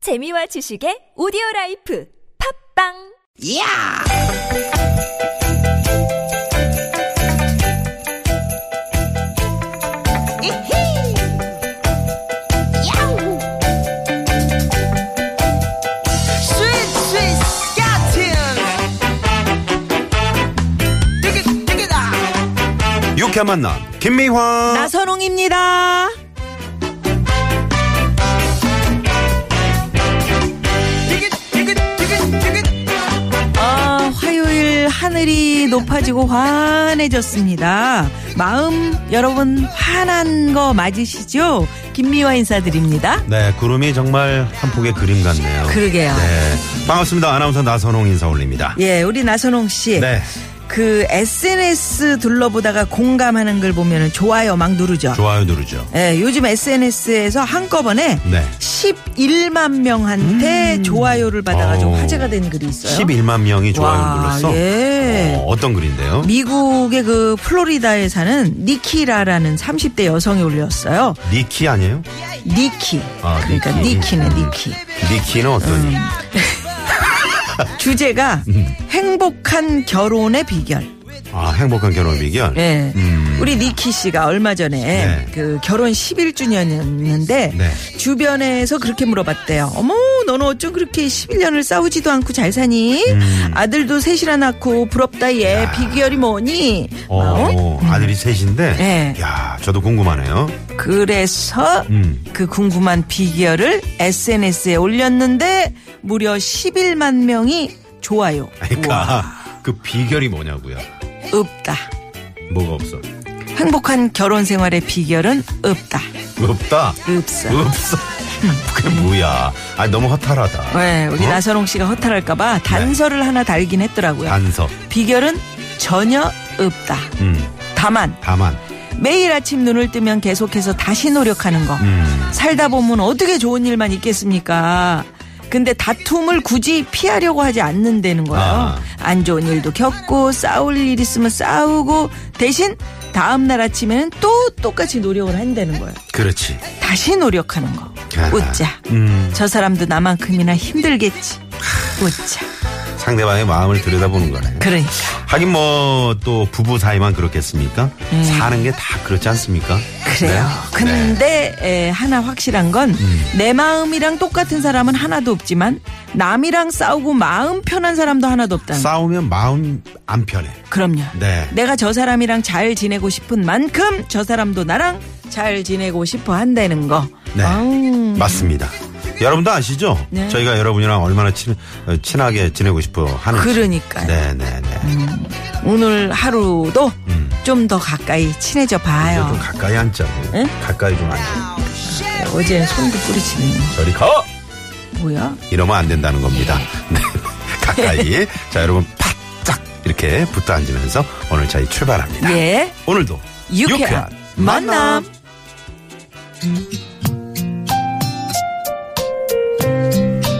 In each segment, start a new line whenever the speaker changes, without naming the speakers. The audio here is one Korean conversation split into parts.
재미와 지식의 오디오 라이프 팝빵
이야! 이히! 야우! 스윗, 스윗, 스카틴! 띠기, 띠기다!
유쾌한 만남 김미화
나선홍입니다. 띠기, 띠기, 띠기, 띠기.
아, 화요일 하늘이 높아지고 환해졌습니다. 마음 여러분 환한 거 맞으시죠? 김미화 인사드립니다.
네 구름이 정말 한 폭의 그림 같네요
그러게요.
네 반갑습니다 아나운서 나선홍 인사 올립니다
예, 우리 나선홍 씨.
네
그 SNS 둘러보다가 공감하는 걸 보면은 좋아요 막 누르죠.
좋아요 누르죠
예, 요즘 SNS에서 한꺼번에
네
11만 명한테 좋아요를 받아가지고
오.
화제가 된 글이 있어요.
11만 명이 좋아요
와,
눌렀어
예.
어, 떤 글인데요
미국의 그 플로리다에 사는 니키라라는 30대 여성이 올렸어요.
니키 아니에요
니키.
아,
그러니까
니키.
니키. 네
음.
니키.
니키는
음.
어떠니
주제가
음.
행복한 결혼의 비결.
아 행복한 결혼 비결
예.
음.
우리 니키 씨가 얼마 전에
네.
그 결혼 11주년이었는데
네.
주변에서 그렇게 물어봤대요. 어머, 너는 어쩜 그렇게 11년을 싸우지도 않고 잘 사니?
음.
아들도 셋이나 낳고 부럽다 얘. 비결이 뭐니?
어, 어, 아들이 셋인데
네.
야 저도 궁금하네요
그래서
음.
그 궁금한 비결을 SNS에 올렸는데 무려 11만 명이 좋아요.
그러니까 그 비결이 뭐냐고요
우와, 없다.
뭐가 없어
행복한 결혼 생활의 비결은 없다.
없다
없어.
없어 그게 뭐야 아 너무 허탈하다
네, 우리
어? 네.
나선홍 씨가 허탈할까봐 단서를 하나 달긴 했더라고요.
단서
비결은 전혀 없다.
음
다만
다만
매일 아침 눈을 뜨면 계속해서 다시 노력하는 거.
음.
살다 보면 어떻게 좋은 일만 있겠습니까? 근데 다툼을 굳이 피하려고 하지 않는다는 거예요.
아.
안 좋은 일도 겪고 싸울 일 있으면 싸우고 대신 다음 날 아침에는 또 똑같이 노력을 한다는 거예요.
그렇지
다시 노력하는 거.
아,
웃자.
음.
저 사람도 나만큼이나 힘들겠지. 웃자.
상대방의 마음을 들여다보는 거네
그러니까.
하긴 뭐 또 부부 사이만 그렇겠습니까 사는 게 다 그렇지 않습니까
음. 그래요.
네. 네. 음.
근데 에, 하나 확실한 건 내 마음이랑 똑같은 사람은 하나도 없지만 남이랑 싸우고 마음 편한 사람도 하나도 없다는 거.
네. 싸우면 마음 안 편해
그럼요.
네
내가 저 사람이랑 잘 지내고 싶은 만큼 저 사람도 나랑 잘 지내고 싶어 한다는 거.
네.
아우,
맞습니다 여러분도 아시죠
네.
저희가 여러분이랑 얼마나 친, 어, 친하게 지내고 싶어 하는지
그러니까요. 음,
네네네
오늘 하루도
음.
좀 더 가까이 친해져
이제
봐요.
좀 가까이 앉자고
응?
가까이 좀 앉아
어제 손도 뿌리치네.
저리 가
뭐야?
이러면 안 된다는 겁니다.
예.
네. 가까이. 자, 여러분 바짝 이렇게 붙어 앉으면서 오늘 저희 출발합니다.
예.
오늘도
유쾌한, 만남.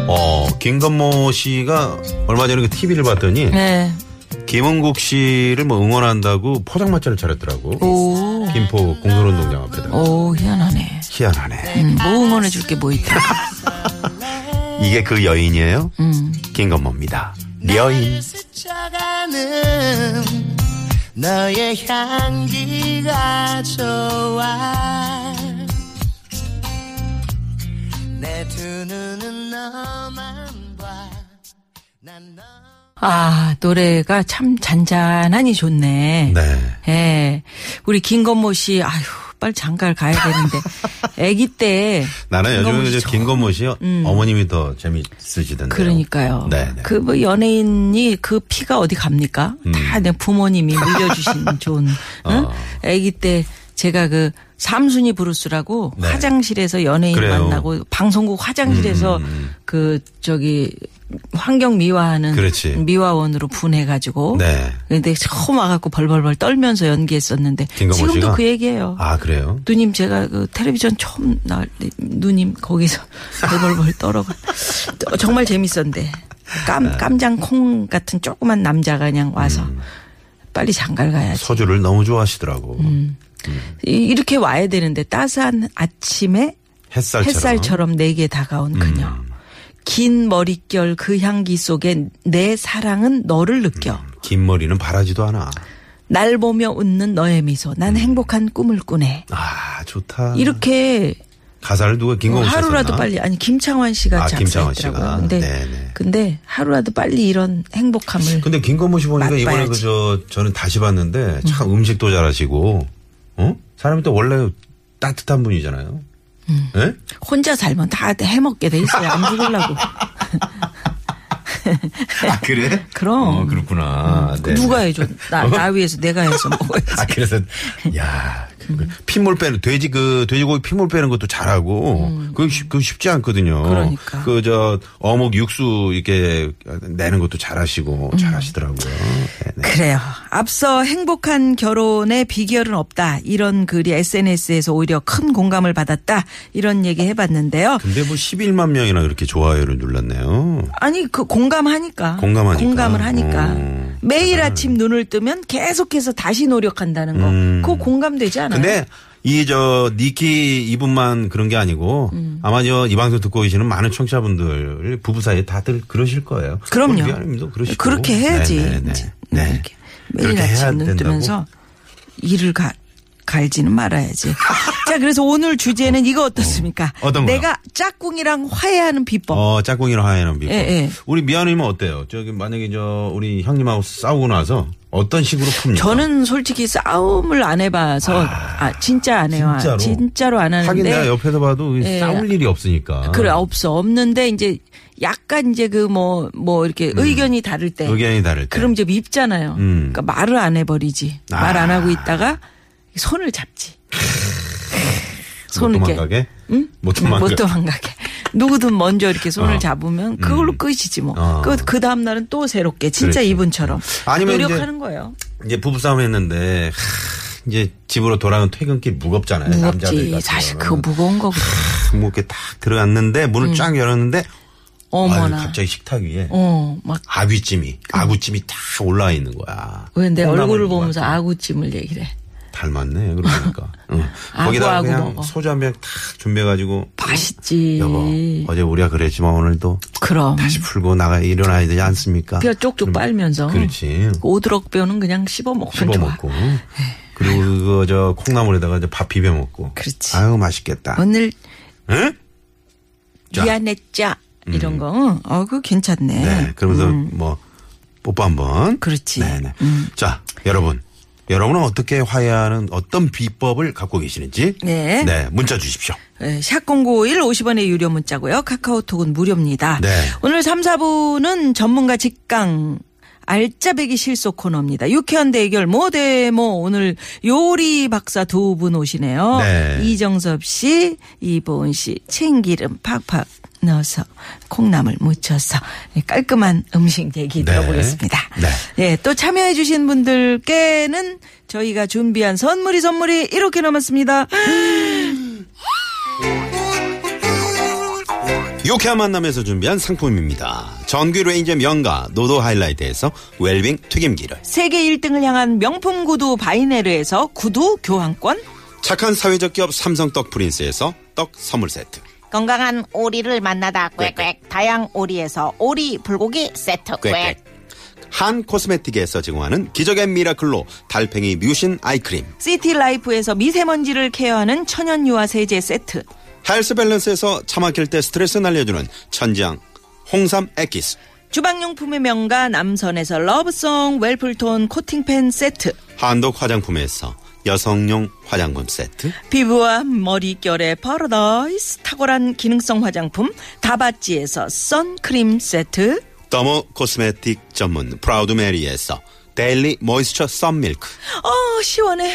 어, 김건모 씨가 얼마 전에 그 TV를 봤더니
네.
김은국 씨를 뭐 응원한다고 포장마차를 차렸더라고.
오.
김포 공설운동장 앞에다.
오, 희한하네.
희한하네.
음, 뭐 응원해줄 게 뭐 있다.
이게 그 여인이에요?
음. 네.
김건모입니다. 여인.
스쳐가는 너의 향기가 좋아 내 두 눈은 너만 봐난 너.
아, 노래가 참 잔잔하니 좋네.
네.
예. 우리 김건모 씨, 아휴, 빨리 장가를 가야 되는데. 아기 때.
나는 요즘 이제
씨 음.
김건모 씨 어머님이 더 재밌으시던데.
그러니까요.
네, 네.
그 뭐 연예인이 그 피가 어디 갑니까?
음.
다 내 부모님이 물려주신 좋은.
어.
응? 아기 때 제가 그 삼순이 브루스라고
네.
화장실에서 연예인
그래요. 음,
만나고 방송국 화장실에서 그 저기 환경 미화하는
그렇지.
미화원으로 분해가지고.
네.
근데 처음 와갖고 벌벌벌 떨면서 연기했었는데
김건모
지금도
씨가?
그 얘기예요.
아, 그래요?
누님 제가 그 텔레비전 처음 나올 때 누님 거기서 벌벌벌 떨어가 또 정말 재밌었는데
네.
깜 깜장 콩 같은 조그만 남자가 그냥 와서
음.
빨리 장가를 가야지
소주를 너무 좋아하시더라고.
음. 이- 이렇게 와야 되는데 따스한 아침에
햇살처럼. 음.
햇살처럼 내게 다가온 그녀 긴 머릿결 그 향기 속에 내 사랑은 너를 느껴.
긴 머리는 바라지도 않아.
날 보며 웃는 너의 미소. 난 행복한 꿈을 꾸네.
음. 아, 좋다.
이렇게
가사를 누가 김건우 씨가
하루라도
썼나?
빨리 아니 김창완 씨가
뭐 아, 김창완 씨가.
작사했더라고요. 근데
네네. 그
근데 하루라도 빨리 이런 행복함을
근데 김건모 씨 보니까 이번에
맛봐야지.
그저 저는 다시 봤는데 참 음식도 잘하시고 어 사람이 또 원래 따뜻한 분이잖아요.
음.
예?
혼자 살면 다 해먹게 돼 있어요. 안 죽으려고.
아 그래?
그럼.
어, 그렇구나. 네.
음. 누가 해줘? 나, 나 위해서 내가 해서 뭐. 먹어야지.
아 그래서 야 그, 그 핏물 빼는 돼지 그 돼지고기 핏물 빼는 것도 잘하고 그건 쉽, 그 쉽지 않거든요.
그러니까.
그 저 어묵 육수 이렇게 내는 것도 잘하시고
음.
잘하시더라고요. 네, 네.
그래요. 앞서 행복한 결혼의 비결은 없다. 이런 글이 SNS에서 오히려 큰 공감을 받았다. 이런 얘기 해봤는데요.
근데 뭐 11만 명이나 그렇게 좋아요를 눌렀네요.
아니 그 공감하니까
공감하니까.
공감을 하니까
음.
매일 아침 눈을 뜨면 계속해서 다시 노력한다는 거 그거 공감되지 않아요?
음. 근데 이 저 니키 이분만 그런 게 아니고
음.
아마 저 이 방송 듣고 계시는 많은 청취자분들 부부 사이에 다들 그러실 거예요.
그럼요.
우리 아님도 그러시고.
그렇게 해야지.
네네네.
이제
네.
이렇게 매일
그렇게 해야
아침 눈
된다고?
뜨면서 일을 가, 갈지는 말아야지. 자, 그래서 오늘 주제는 이거 어떻습니까?
어, 어떤 거요?
내가 짝꿍이랑 화해하는 비법.
어 짝꿍이랑 화해하는 비법.
예, 예.
우리 미아님은 어때요? 저기 만약에 저 우리 형님하고 싸우고 나서 어떤 식으로 풉니까?
저는 솔직히 싸움을 안 해봐서 아, 진짜 안 해요.
진짜로?
진짜로 안 하는데.
하긴 내가 옆에서 봐도
예.
싸울 일이 없으니까.
그래 없어 없는데 이제 약간 이제 그 뭐 뭐 이렇게
음.
의견이 다를 때
의견이 다를 때.
그럼 이제 밉잖아요.
음.
그러니까 말을 안 해버리지.
아.
말 안 하고 있다가 손을 잡지. 손을
못뭐
이렇게 뭐
도망가게? 응? 못 도망가게.
못 도망가게. 누구든 먼저 이렇게 손을
어.
잡으면 그걸로 끝이지 뭐.
어.
그, 그 다음 날은 또 새롭게 진짜
그렇지.
이분처럼
아니면 이제
노력하는 거예요.
이제 부부싸움 했는데 하, 이제 집으로 돌아오는 퇴근길 무겁잖아요. 네, 남자들
무겁지.
같은
사실 그거
경우는.
무거운 거거든.
뭐 이렇게 딱 들어갔는데 문을 쫙 열었는데
어머나.
아유, 갑자기 식탁 위에
어, 막
아귀찜이 아구찜이 딱 올라와 있는 거야.
왜 내
콩나물 어?
얼굴을
있는 거
보면서
같아.
아구찜을 얘기를 해.
닮았네 그러니까. 응.
아구,
거기다가
아구
그냥
먹어.
소주 한 병 딱 준비해가지고
맛있지.
여보
예.
어제 우리가 그랬지만 오늘도
그럼.
다시 풀고 나가 일어나야 되지 않습니까?
그냥 쪽쪽 빨면서.
그렇지.
오드럭 뼈는 그냥 씹어
씹어
먹으면 좋아.
먹고 그리고 그거 저 콩나물에다가 이제 밥 비벼 먹고.
그렇지.
아유 맛있겠다.
오늘
응? 자. 음.
미안했자 이런 거. 응. 어, 그거 괜찮네.
네. 그러면서 뭐 뽀뽀 한번.
음. 그렇지. 음.
네네. 자 여러분. 여러분은 어떻게 화해하는 어떤 비법을 갖고 계시는지
네.
문자 주십시오.
예, 샵공고일 50원의 유료 문자고요. 카카오톡은 무료입니다.
네.
오늘 3, 4부는 전문가 직강 알짜배기 실속 코너입니다. 유쾌한 대결 모대모 오늘 요리 박사 두 분 오시네요.
네.
이정섭 씨, 이보은 씨 참기름 팍팍 넣어서 콩나물 무쳐서 깔끔한 음식 얘기
네.
들어보겠습니다.
네.
예, 또 참여해 주신 분들께는 저희가 준비한 선물이 선물이 이렇게 남았습니다.
유쾌한 만남에서 준비한 상품입니다. 전기 레인저 명가 노도 하이라이트에서 웰빙 튀김기를
세계 1등을 향한 명품 구두 바이네르에서 구두 교환권,
착한 사회적 기업 삼성 떡 프린스에서 떡 선물 세트
건강한 오리를 만나다 꽥꽥 다양 오리에서 오리 불고기 세트 꽥꽥
꽥꽥 한 코스메틱에서 제공하는 기적의 미라클로 달팽이 뮤신 아이크림
시티라이프에서 미세먼지를 케어하는 천연 유화 세제 세트,
헬스 밸런스에서 차 막힐 때 스트레스 날려주는 천장 홍삼 액기스
주방용품의 명가 남선에서 러브송 웰플톤 코팅팬 세트,
한독 화장품에서 여성용 화장품 세트
피부와 머릿결의 파라다이스 탁월한 기능성 화장품 다바찌에서 선크림 세트,
더모 코스메틱 전문 프라우드 메리에서 데일리 모이스처 썬밀크
어 시원해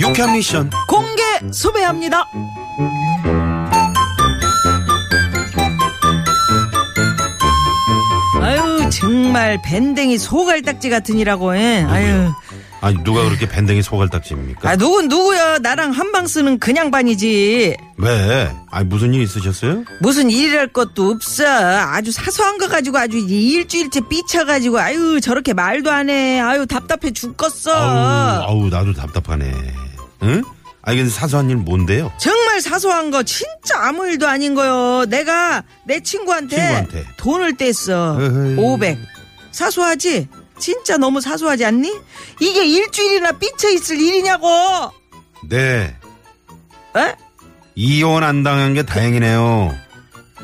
유쾌한 미션.
공개 수배합니다. 아유 정말 밴댕이 소갈딱지 같으니라고 해. 아유
아니 누가 그렇게 밴댕이 소갈딱지입니까?
아 누군 누구야 나랑 한방 쓰는 그냥 반이지
왜? 아니 무슨 일 있으셨어요?
무슨 일이랄 것도 없어 아주 사소한 거 가지고 아주 이 일주일째 삐쳐가지고 아유 저렇게 말도 안 해 아유 답답해 죽겠어
아우, 아우 나도 답답하네. 응? 아니 근데 사소한 일 뭔데요?
정말 사소한 거 진짜 아무 일도 아닌 거요. 내가 내 친구한테,
친구한테.
돈을 뗐어.
에헤이.
500. 사소하지? 진짜 너무 사소하지 않니? 이게 일주일이나 삐쳐 있을 일이냐고.
네.
에?
이혼 안 당한 게 다행이네요.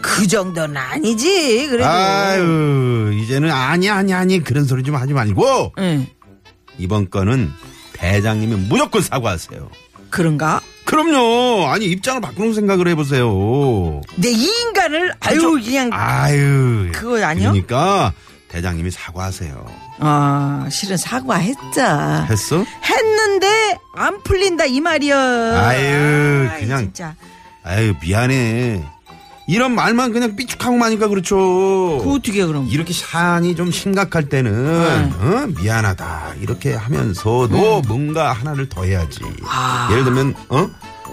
그 정도는 아니지. 그래도.
아유 이제는 아니 아니 아니 그런 소리 좀 하지 말고
응.
이번 건은 대장님이 무조건 사과하세요.
그런가?
그럼요. 아니 입장을 바꾸는 생각을 해보세요.
내 이 인간을 아유 그냥
아유
그거 아니요?
그러니까 대장님이 사과하세요.
아 실은 사과했자.
했어?
했는데 안 풀린다 이 말이여.
아유,
아이,
그냥
진짜.
아유 미안해. 이런 말만 그냥 삐죽하고만 하니까 그렇죠.
그 어떻게 그럼?
이렇게 사안이 좀 심각할 때는
네.
어? 미안하다 이렇게
음.
하면서도 뭔가 하나를 더 해야지.
아.
예를 들면 어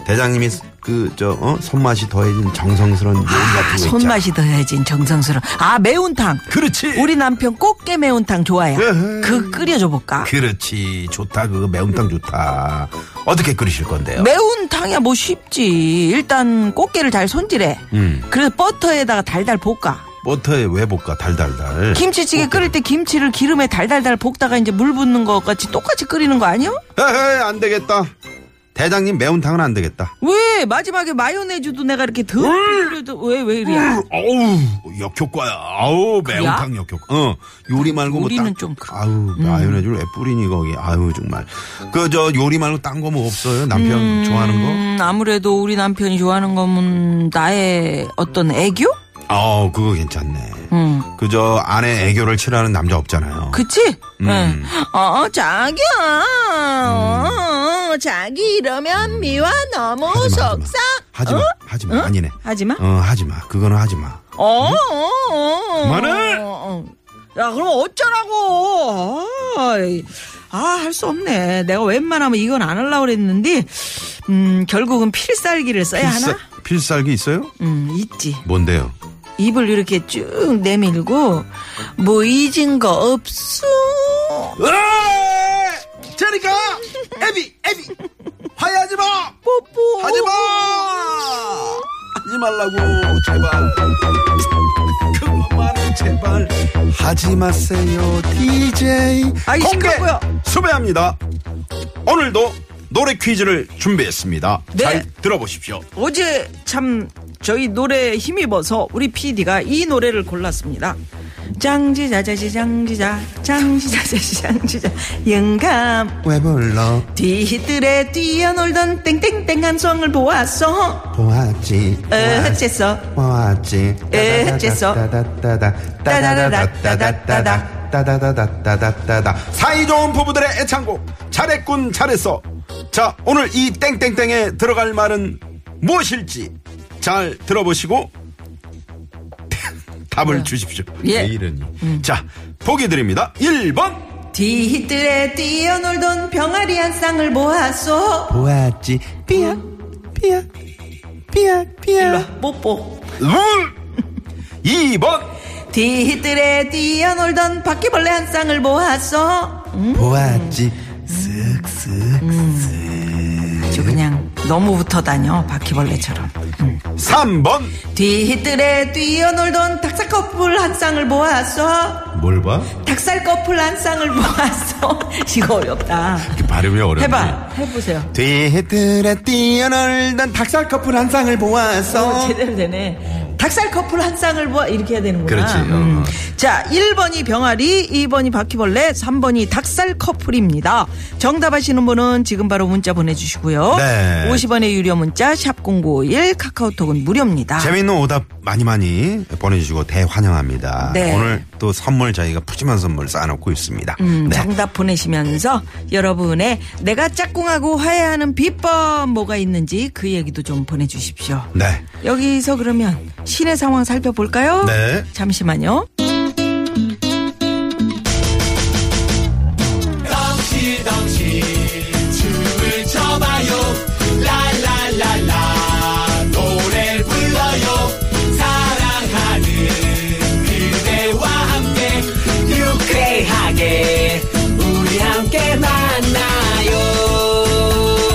대장님이 그 저 어? 손맛이 더해진 정성스러운 요리
아,
같은 거 있잖아.
손맛이 더해진 정성스러운. 아, 매운탕.
그렇지.
우리 남편 꽃게 매운탕 좋아해.
으흠.
그 끓여줘 볼까?
그렇지 좋다 그거 매운탕 좋다. 어떻게 끓이실 건데요?
매운탕이야 뭐 쉽지. 일단 꽃게를 잘 손질해.
음
그래서 버터에다가 달달 볶아.
버터에 왜 볶아 달달달.
김치찌개 끓일 때 김치를 기름에 달달달 볶다가 이제 물 붓는 것 같이 똑같이 끓이는 거 아니야?
에헤이, 안 되겠다. 대장님 매운탕은 안 되겠다.
왜 마지막에 마요네즈도 내가 이렇게 더 뿌려도 왜왜 이래?
어우 역효과야. 아우 매운탕 역효과. 어 요리 말고 뭐
요리는
딴-
좀 그-
아우 마요네즈를 왜 뿌리니 거기. 아우 정말. 그 저 요리 말고 딴 거 뭐 없어요? 남편 좋아하는 거?
음, 아무래도 우리 남편이 좋아하는 거면 나의 어떤 애교?
아우 그거 괜찮네.
음.
그저 아내 애교를 치라는 남자 없잖아요.
그치?
음.
응. 어, 자기야. 어, 자기 이러면 미화 너무
하지 마,
속상.
하지
어?
마. 하지 마. 아니네.
하지 마.
어 하지 마. 그거는 하지 마.
어, 어, 어.
그만해!
어, 어. 야, 그럼 어쩌라고. 아이. 아, 할 수 없네. 내가 웬만하면 이건 안 하려고 그랬는데, 음, 결국은 필살기를 써야 하나?
필살기 있어요?
음, 있지.
뭔데요?
입을 이렇게 쭉 내밀고, 뭐 잊은 거 없어.
으아! 저리가 애비 애비 화해하지 마
뽀뽀.
하지 마 하지 말라고 제발 그만해 제발 하지 마세요 DJ
아이, 시끄럽고요.
수배합니다 오늘도 노래 퀴즈를 준비했습니다
네.
잘 들어보십시오
어제 참 저희 노래에 힘입어서 우리 PD가 이 노래를 골랐습니다. 장지자자지 장지자 장지자자지 장지자 영감
왜 불러
뒤뜰에 뛰어놀던 땡땡땡 한성을 보았어
보았지
어째서
보았지
에, 쨌소.
따다다다다다 따다다다다다다 따다다다다다다
사이좋은 부부들의 애창곡 잘했군 잘했어 자 오늘 이 땡땡땡에 들어갈 말은 무엇일지 잘 들어보시고 답을 주십시오
예.
왜 이러니 자 보기 드립니다 1번
뒤뜰에 뛰어놀던 병아리 한 쌍을 보았어
보았지 삐약 삐약 삐약 삐약
일로와, 뽀뽀
울 2번
뒤뜰에 뛰어놀던 바퀴벌레 한 쌍을 보았어
보았지 쓱쓱
아주 그냥 너무 붙어 다녀 바퀴벌레처럼
3번
뒤뜰에 뛰어놀던 닭살 커플 한 쌍을 보았어.
뭘 봐?
닭살 커플 한 쌍을 보았어. 이거 어렵다.
발음이 어렵네
해봐. 해보세요.
뒤뜰에 뛰어놀던 닭살 커플 한 쌍을 보았어
제대로 되네. 닭살 커플 한 쌍을 보아. 이렇게 해야 되는구나. 음.
그렇지, 어.
자, 1번이 병아리, 2번이 바퀴벌레, 3번이 닭살 커플입니다. 정답 아시는 분은 지금 바로 문자 보내주시고요.
네.
50원의 유료 문자, 샵0951, 카카오톡은 무료입니다.
재밌는 오답 많이 많이 보내주시고 대환영합니다.
네.
오늘 또 선물 저희가 푸짐한 선물 쌓아놓고 있습니다.
음,
네.
정답 보내시면서 여러분의 내가 짝꿍하고 화해하는 비법 뭐가 있는지 그 얘기도 좀 보내주십시오.
네.
여기서 그러면 시내 상황 살펴볼까요?
네.
잠시만요.
유쾌하게 우리 함께 만나요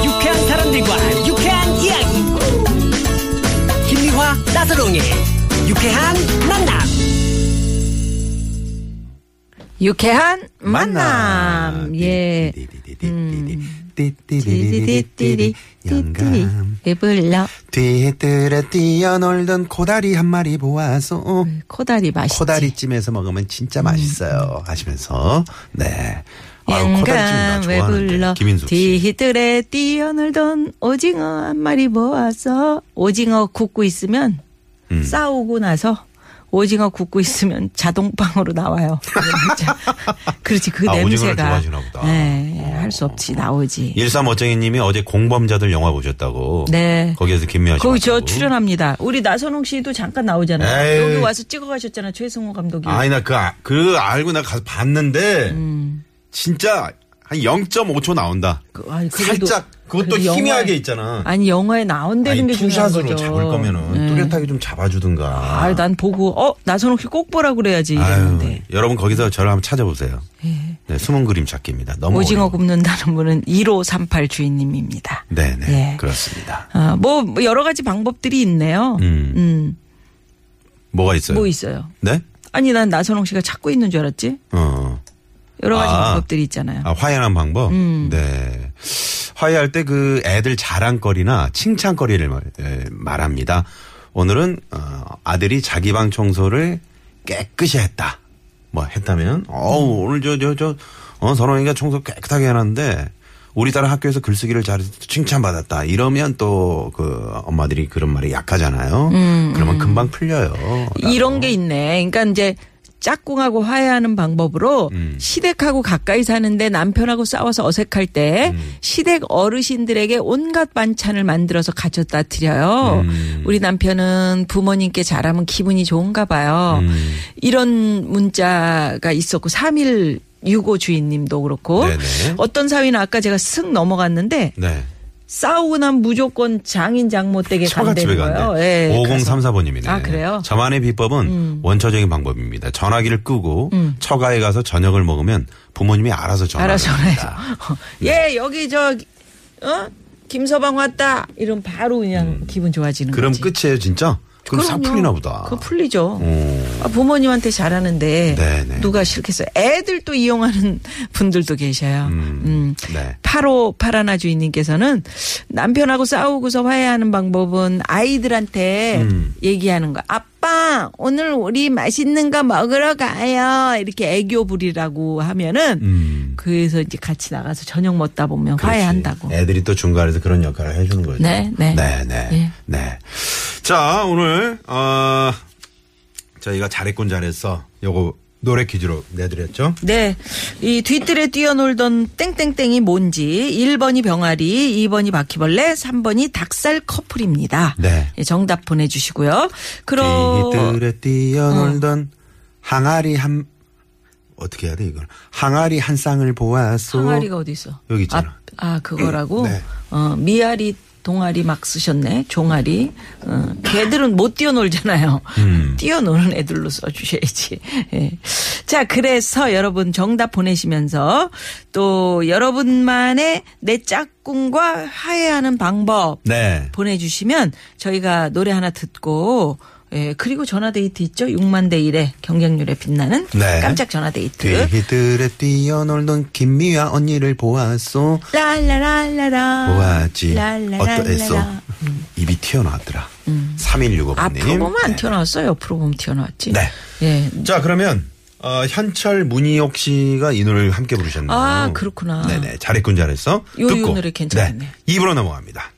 유쾌한 사람들과 유쾌한 이야기 김미화 나서롱의 유쾌한 만남
유쾌한 만남.
네,
예.
띠디디디디디디디디디디디디디디디디디디디디디디디디디디디디디디디디디디디디디디디디디디디디디디디디디디. 영감.
불러
뒤뜰에 뛰어놀던 코다리 한 마리 보아서
코다리 맛있지.
코다리찜에서 먹으면 진짜 맛있어요 하시면서 네. 아유, 코다리찜 나
영감 왜 불러
좋아하는데. 김인숙 씨.
뒤뜰에 뛰어놀던 오징어 한 마리 모아서 오징어 굽고 있으면
음.
싸우고 나서 오징어 굽고 있으면 자동방으로 나와요. 그렇지 그
아, 오징어를
냄새가
좋아하시나 보다. 어. 예,
네, 할 수 없이 나오지.
1352님이 어제 공범자들 영화 보셨다고.
네.
거기에서 김미아 씨.
거기 저
봤다고.
출연합니다. 우리 나선홍 씨도 잠깐 나오잖아요.
에이.
여기 와서 찍어가셨잖아 최승호 감독이.
아니 나 그 그 알고 나 가서 봤는데 진짜 한 0.5초 나온다.
음. 그- 아니, 그래도-
살짝 그것도
그래도 영화에-
희미하게 있잖아.
아니 영화에 나온다는
아니,
게 중요한
투샷으로
거죠. 네.
잡을 거면은 뚜렷하게 좀 잡아주든가.
아, 네. 난 보고 어 나선홍 씨 꼭 보라 그래야지
아유,
이랬는데
여러분 거기서 저를 한번 찾아보세요. 네, 숨은 그림 찾기입니다. 너무
예. 오징어
어려워요.
굽는다는 분은 1538 주인님입니다.
네네
예.
그렇습니다.
아, 뭐 여러 가지 방법들이 있네요.
음.
음,
뭐가 있어요?
뭐 있어요?
네?
아니 난 나선홍 씨가 찾고 있는 줄 알았지.
어.
여러 가지
아.
방법들이 있잖아요.
아, 화해하는 방법?
음.
네. 화해할 때 그 애들 자랑거리나 칭찬거리를 말, 에, 말합니다. 오늘은, 어, 아들이 자기 방 청소를 깨끗이 했다. 뭐, 했다면, 어우, 오늘 저, 저, 저, 어, 서롱이가 청소 깨끗하게 해놨는데, 우리 딸은 학교에서 글쓰기를 잘해서 칭찬받았다. 이러면 또, 그, 엄마들이 그런 말이 약하잖아요. 그러면 금방 풀려요.
음, 이런 게 있네. 그러니까 이제 짝꿍하고 화해하는 방법으로
음.
시댁하고 가까이 사는데 남편하고 싸워서 어색할 때
음.
시댁 어르신들에게 온갖 반찬을 만들어서 가져다 드려요.
음.
우리 남편은 부모님께 잘하면 기분이 좋은가 봐요.
음.
이런 문자가 있었고 3일 유고 주인님도 그렇고
네네.
어떤 사위는 아까 제가 슥 넘어갔는데
네.
싸우고 난 무조건 장인 장모 댁에
처갓집에
간다는 거예요.
간대.
예, 가서.
5034번님이네.
아, 그래요? 음.
저만의 비법은 원초적인 방법입니다. 전화기를 끄고 처가에 가서 저녁을 먹으면 부모님이 알아서 전화를
알아서
합니다.
전화해서.
네.
예, 여기 저, 어? 김서방 왔다. 이러면 바로 그냥 기분 좋아지는
음. 그럼
거지.
끝이에요, 진짜? 그럼 싹
그럼요.
풀리나 보다.
그거 풀리죠.
오.
아, 부모님한테 잘하는데
네네.
누가 싫겠어요. 애들 또 이용하는 분들도 계셔요. 음.
네.
8호 파라나 주인님께서는 남편하고 싸우고서 화해하는 방법은 아이들한테
음.
얘기하는 거. 아빠, 오늘 우리 맛있는 거 먹으러 가요. 이렇게 애교 부리라고 하면은
음.
그래서 이제 같이 나가서 저녁 먹다 보면
그렇지.
네,
네.
화해한다고.
음. 애들이 또 중간에서 그런 역할을 해주는 거죠.
네, 네.
네, 네.
예.
네. 자, 오늘, 어, 저희가 잘했군 잘했어. 요거 노래 퀴즈로 내드렸죠?
네. 이 뒤뜰에 뛰어놀던 땡땡땡이 뭔지 1번이 병아리, 2번이 바퀴벌레, 3번이 닭살 커플입니다.
네.
예, 정답 보내 주시고요. 그럼
뒤뜰에 뛰어놀던 항아리 한 어떻게 해야 돼 이걸 항아리 한 쌍을 보았소.
항아리가 어디 있어?
여기 있잖아.
아, 아, 그거라고.
네.
어, 미아리 동아리 막 쓰셨네. 종아리. 어, 걔들은 못 뛰어놀잖아요.
음.
뛰어노는 애들로 써주셔야지. 예. 자, 그래서 여러분 정답 보내시면서 또 여러분만의 내 짝꿍과 화해하는 방법
네.
보내주시면 저희가 노래 하나 듣고 예, 그리고 전화데이트 있죠? 6만 대 1의 경쟁률에 빛나는
네.
깜짝 전화데이트.
뒤뜰에 뛰어놀던 김미아 언니를 보았소.
랄라랄라라.
보았지.
아, 랄라랄라라. 음.
어떠했소? 입이 튀어나왔더라. 3165번님.
앞으로 보면 아, 안 튀어나왔어요. 옆으로 보면 튀어나왔지.
네.
예.
자 그러면 어, 현철 문희옥 씨가 이 노래를 함께 부르셨네요.
아, 그렇구나.
네네 잘했군 잘했어.
요, 요
듣고
노래 괜찮겠네.
네, 입으로 넘어갑니다.